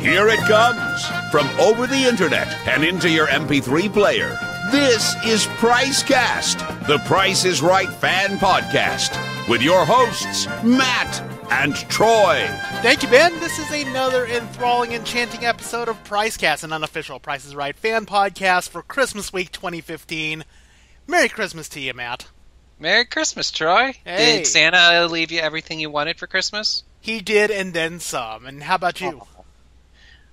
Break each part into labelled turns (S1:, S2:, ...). S1: Here it comes from over the internet and into your MP3 player. This is PriceCast, the Price is Right fan podcast with your hosts, Matt and Troy.
S2: Thank you, Ben. This is another enthralling, enchanting episode of PriceCast, an unofficial Price is Right fan podcast for Christmas week 2015. Merry Christmas to you, Matt.
S3: Merry Christmas, Troy.
S2: Hey.
S3: Did Santa leave you everything you wanted for Christmas?
S2: He did, and then some. And how about you?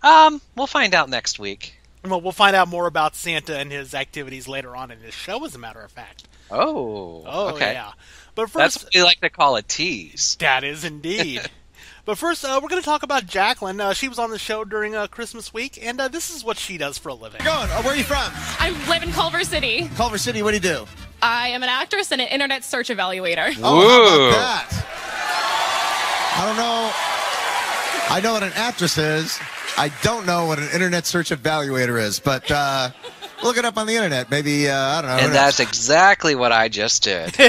S3: Um, we'll find out next week.
S2: Well, we'll find out more about Santa and his activities later on in this show, as a matter of fact.
S3: Oh.
S2: Oh,
S3: okay.
S2: yeah. But first,
S3: That's what we like to call a tease.
S2: That is indeed. but first, uh, we're going to talk about Jacqueline. Uh, she was on the show during uh, Christmas week, and uh, this is what she does for a living.
S4: going? Or Oh, where are you from?
S5: I live in Culver City.
S4: Culver City, what do you do? Oh,
S5: I am an actress and an internet search evaluator.
S4: how
S3: Ooh.
S4: about that? I don't know. I know what an actress is. I don't know what an internet search evaluator is, but uh, look it up on the internet. Maybe, uh, I don't
S2: Oh,
S4: know.
S3: And
S4: who knows?
S3: that's exactly what I just did.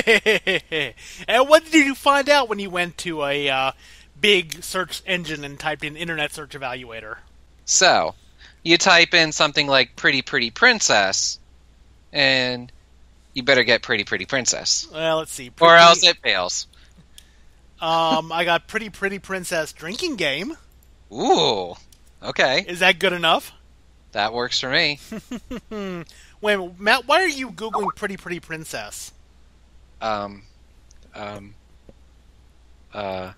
S2: and what did you find out when you went to a uh, big search engine and typed in internet search evaluator?
S3: so, you type in something like pretty, pretty princess, and you better get pretty, pretty princess.
S2: Well, let's see.
S3: Or else
S2: Pretty-
S3: it fails.
S2: um, I got pretty pretty princess drinking game.
S3: Ooh. Okay.
S2: Is that good enough?
S3: That works for me.
S2: Wait, a minute, Matt, why are you googling pretty pretty princess?
S3: Um, um, uh,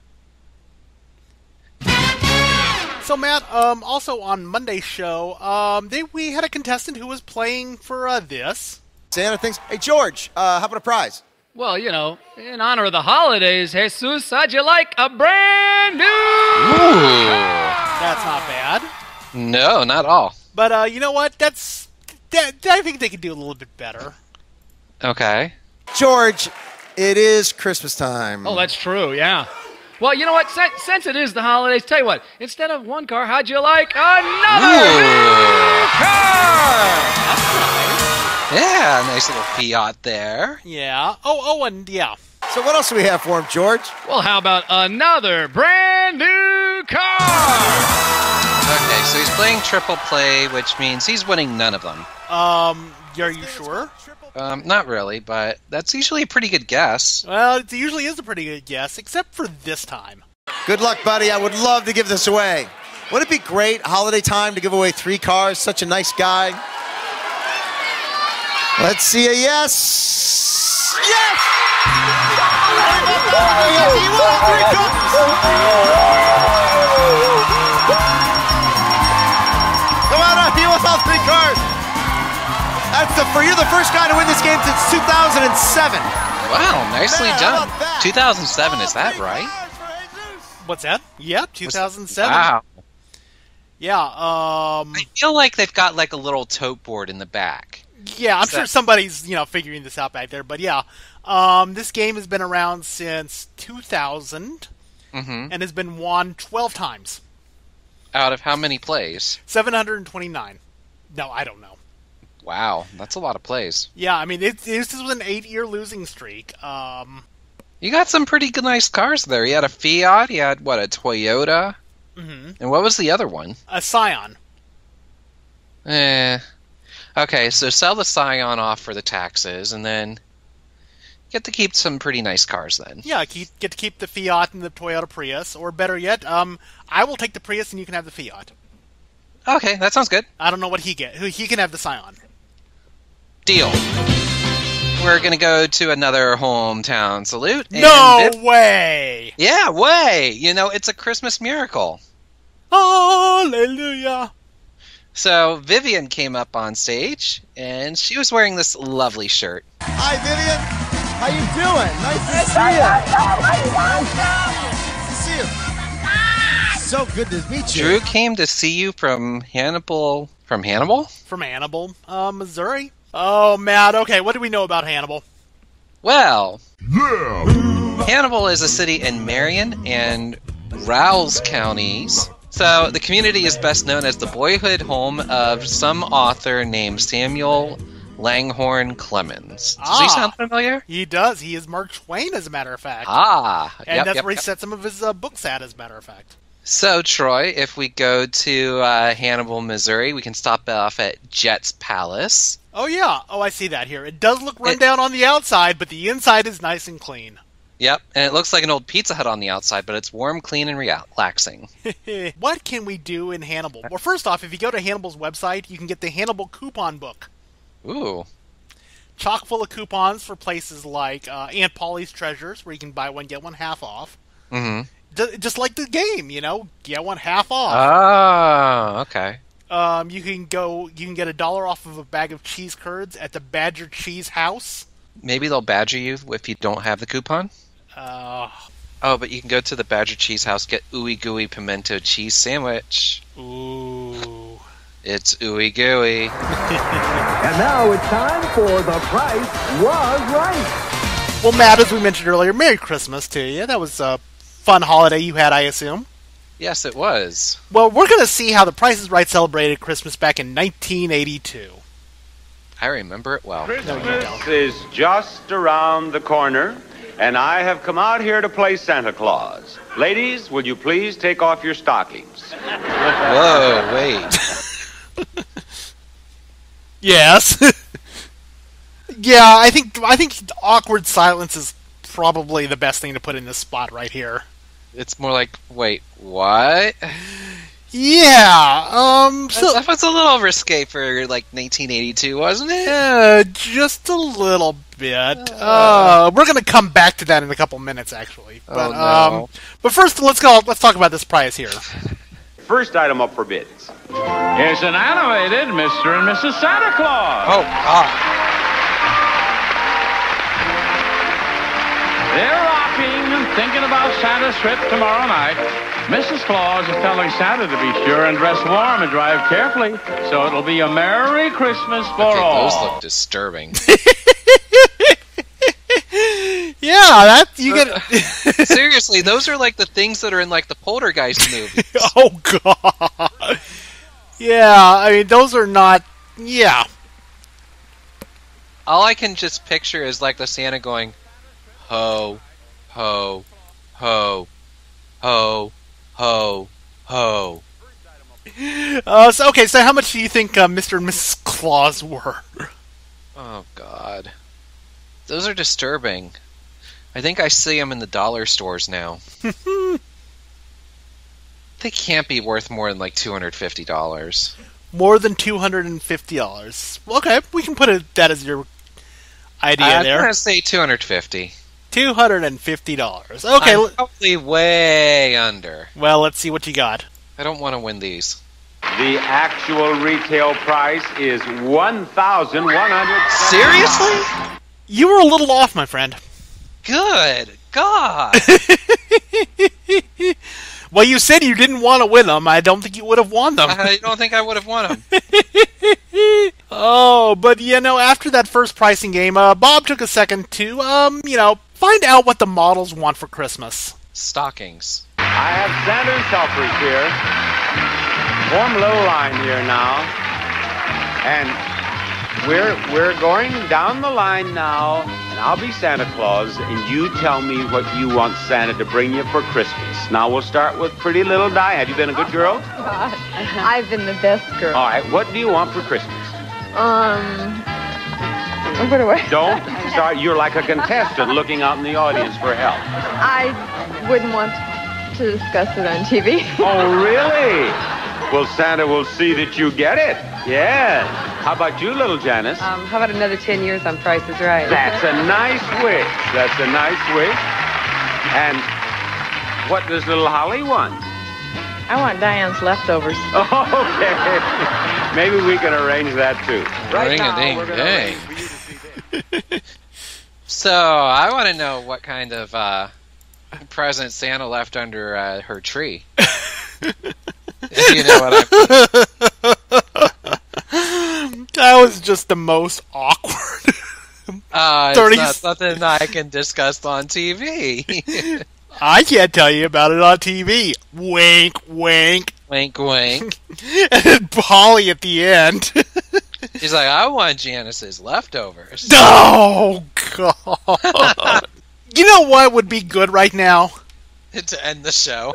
S2: So, Matt, um, also on Monday's show, um, they, we had a contestant who was playing for uh, this.
S4: Santa thinks, hey, George, uh, how about a prize?
S6: Well, you know, in honor of the holidays, Jesus, how'd you like a brand new?
S2: That's not bad.
S3: no, not all.
S2: But uh, you know what? That's that, I think they could do a little bit better.
S3: Okay.
S4: George, it is Christmas time.
S6: Oh, that's true, yeah. Well, you know what? Since, since it is the holidays, tell you what, instead of one car, how'd you like another?
S3: Yeah, nice little fiat there.
S2: Yeah. Oh, oh, and yeah.
S4: so what else do we have for him, George?
S6: Well, how about another brand new car?
S3: Okay, so he's playing triple play, which means he's winning none of them.
S2: Um, are you sure?
S3: Um, not really, but that's usually a pretty good guess.
S2: Well, it usually is a pretty good guess, except for this time.
S4: Good luck, buddy. I would love to give this away. Wouldn't it be great holiday time to give away three cars? Such a nice guy. Let's see a yes. Yes! Oh, yes, he won three cars. Come on up, he won all three cars. That's the for you're the first guy to win this game since 2007.
S3: Wow, nicely
S4: Man, how
S3: done.
S4: about that?
S3: 2007, is that right?
S2: What's that? Yeah, 2007.
S3: Wow.
S2: Yeah. Um.
S3: I feel like they've got like a little tote board in the back.
S2: Yeah, I'm
S3: So-
S2: sure somebody's you know figuring this out back there, but yeah, um, this game has been around since 2000 and has been won 12 times,
S3: Out of how many plays?
S2: 729. No, I don't know.
S3: Wow, that's a lot of plays.
S2: Yeah, I mean it, this was an eight-year losing streak. Um,
S3: You got some pretty good, nice cars there. You had a Fiat, you had what, a Toyota? Mm-hmm. And what was the other one?
S2: a Scion.
S3: Eh. Okay, so sell the Scion off for the taxes, and then get to keep some pretty nice cars then.
S2: Yeah, keep, get to keep the Fiat and the Toyota Prius, or better yet, um, I will take the Prius and you can have the Fiat.
S3: Okay, that sounds good.
S2: I don't know what he get. Who he can have the Scion.
S3: Deal. We're gonna go to another hometown salute. and
S2: No
S3: it-
S2: way!
S3: yeah, way. You know, it's a Christmas miracle.
S2: Hallelujah!
S3: So Vivian came up on stage, and she was wearing this lovely shirt.
S4: Hi, Vivian. How you doing? Nice to see you. Nice to see you. So good to meet you.
S3: Drew came to see you from Hannibal. From Hannibal?
S2: from Hannibal, uh, Missouri. Oh, Matt. Okay, what do we know about Hannibal?
S3: Well, Hannibal is a city in Marion and Rouse counties. So the community is best known as the boyhood home of some author named Samuel Langhorne Clemens. Does he
S2: Ah.
S3: sound familiar?
S2: He does. He is Mark Twain, as a matter of fact,
S3: Ah,
S2: and
S3: yep,
S2: that's
S3: yep,
S2: where he
S3: yep.
S2: set some of his uh, books at, as a matter of fact.
S3: So, Troy, if we go to uh, Hannibal, Missouri, we can stop off at Jet's Palace.
S2: Oh yeah. Oh, I see that here. It does look run down on the outside, but the inside is nice and clean.
S3: Yep, and it looks like an old Pizza Hut on the outside, but it's warm, clean, and relaxing.
S2: what can we do in Hannibal? Well, first off, if you go to Hannibal's website, you can get the Hannibal coupon book,
S3: Ooh.
S2: chock full of coupons for places like uh, Aunt Polly's Treasures, where you can buy one get one half off.
S3: hmm
S2: D- just like the game, you know, get one half
S3: Uh.
S2: off.
S3: Oh, okay.
S2: um, you can go, you can get a dollar off of a bag of cheese curds at the Badger Cheese House.
S3: Maybe they'll badger you if you don't have the coupon.
S2: Uh,
S3: Oh, but you can go to the Badger Cheese House, get ooey gooey pimento cheese sandwich.
S2: ooh.
S3: It's ooey gooey.
S7: And now it's time for The Price Was Right.
S2: Well, Matt, as we mentioned earlier, Merry Christmas to you. That was a fun holiday you had, I assume.
S3: Yes, it was.
S2: Well, we're going to see how The Price is Right celebrated Christmas back in 1982.
S3: I remember it well.
S8: Christmas is just around the corner, and I have come out here to play Santa Claus. Ladies, will you please take off your stockings?
S3: Whoa, wait.
S2: Yes. yeah, I think I think awkward silence is probably the best thing to put in this spot right here.
S3: It's more like, wait, what?
S2: Yeah. Um. So
S3: that was a little risque for like 1982, wasn't it?
S2: uh, just a little bit. Uh, we're gonna come back to that in a couple minutes, actually. But,
S3: no.
S2: um, but first, let's go. Let's talk about this prize here.
S8: First item up for bids.
S9: It's an animated Mr. and Mrs. Santa Claus.
S3: Oh, God.
S9: They're rocking and thinking about Santa's trip tomorrow night. Mrs. Claus is telling Santa to be sure and dress warm and drive carefully, so it'll be a Merry Christmas for
S3: Okay, those
S9: all.
S3: look disturbing.
S2: Yeah, that you get.
S3: Seriously, those are like the things that are in like the Poltergeist movie.
S2: oh god. Yeah, I mean those are not. Yeah.
S3: All I can just picture is like the Santa going, ho, ho, ho, ho, ho, ho.
S2: Uh, so okay, so how much do you think uh, Mr. and Mrs. Claus were?
S3: Oh God, those are disturbing. I think I see them in the dollar stores now. they can't be worth more than like two hundred fifty dollars.
S2: More than two hundred and fifty dollars. Okay, we can put it, that as your idea
S3: I'm
S2: there.
S3: gonna say two hundred fifty.
S2: Two hundred and fifty dollars. Okay, l-
S3: probably way under.
S2: well let's see what you got.
S3: I don't want to win these.
S8: The actual retail price is one thousand one hundred.
S3: Seriously?
S2: You were a little off, my friend.
S3: Good God!
S2: Well, you said you didn't want to win them. I don't think you would have won them.
S3: I don't think I would have won them.
S2: Oh, but you know, after that first pricing game, uh, Bob took a second to, um, you know, find out what the models want for Christmas.
S3: Stockings.
S8: I have Sanders helpers here. Form low line here now. And we're we're going down the line now, and I'll be Santa Claus, and you tell me what you want Santa to bring you for Christmas. Now we'll start with pretty little Di. Have you been a good girl?
S10: I've been the best girl.
S8: All right, what do you want for Christmas?
S10: Um, what do I?
S8: Don't start you're like a contestant looking out in the audience for help.
S10: I wouldn't want to discuss it on TV.
S8: Oh really? Well Santa will see that you get it. Yeah. How about you, little Janice?
S10: Um, how about another 10 years on Price is Right?
S8: That's a nice wish. That's a nice wish. And what does little Holly want?
S10: I want Diane's leftovers.
S8: Okay. Maybe we can arrange that too.
S3: Ring a ding
S8: we're gonna
S3: dang.
S8: arrange for you to see
S3: So I want to know what kind of uh, present Santa left under uh, her tree. if you know what I mean.
S2: That was just the most awkward.
S3: Uh,
S2: Thirty-
S3: it's not something I can discuss on TV.
S2: I can't tell you about it on TV. Wink, wink.
S3: wink, wink.
S2: And then Polly at the end.
S3: She's like, I want Janice's leftovers.
S2: oh, God. you know what would be good right now?
S3: to end the show.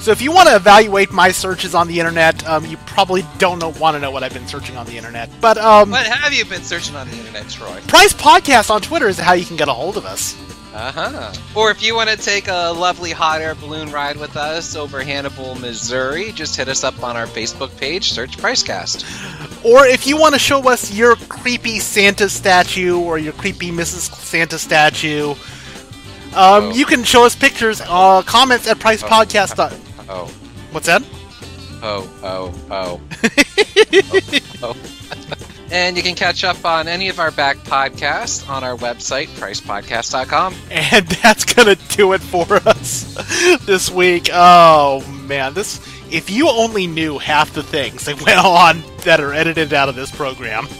S2: So if you want to evaluate my searches on the internet, um, you probably don't know, want to know what I've been searching on the internet. But um,
S3: what have you been searching on the internet, Troy?
S2: Price Podcast on Twitter is how you can get a hold of us.
S3: Uh huh. Or if you want to take a lovely hot air balloon ride with us over Hannibal, Missouri, just hit us up on our Facebook page, search Pricecast.
S2: Or if you want to show us your creepy Santa statue or your creepy Mrs. Santa statue, um, you can show us pictures, uh, comments at pricepodcast. dot-
S3: Oh,
S2: What's that?
S3: oh, oh, oh. oh, oh. and you can catch up on any of our back podcasts on our website, pricepodcast.com.
S2: And that's gonna do it for us this week. Oh man, this if you only knew half the things that went on that are edited out of this program.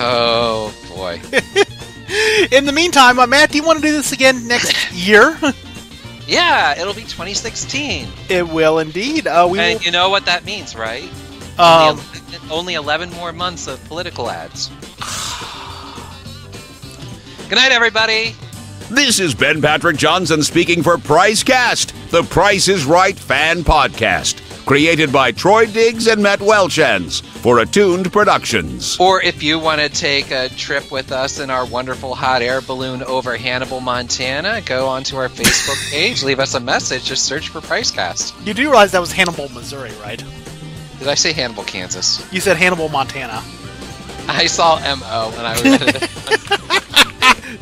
S3: Oh, boy.
S2: In the meantime, uh, Matt, do you want to do this again next year?
S3: yeah, it'll be 2016.
S2: it will indeed. Uh, we
S3: and
S2: will,
S3: you know what that means, right?
S2: um,
S3: Only 11 more months of political ads. Good night, everybody.
S1: This is Ben Patrick Johnson speaking for PriceCast, the Price is Right fan podcast, created by Troy Diggs and Matt Welshans for Attuned Productions.
S3: Or if you want to take a trip with us in our wonderful hot air balloon over Hannibal, Montana, go onto our Facebook page, leave us a message, just search for Pricecast.
S2: you do realize that was Hannibal, Missouri, right?
S3: Did I say Hannibal, Kansas?
S2: You said Hannibal, Montana.
S3: I saw MO and I was.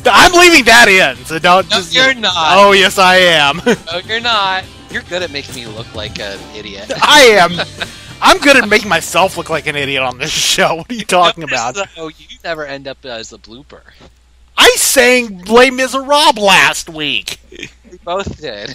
S2: I'm leaving that in, so don't.
S3: no,
S2: just,
S3: you're not.
S2: oh yes, I am.
S3: No, Oh, you're not. You're good at making me look like an idiot.
S2: I am. I'm good at making myself look like an idiot on this show. What are you talking about?
S3: So you never end up as a blooper.
S2: I sang Les Miserables last week.
S3: We both did.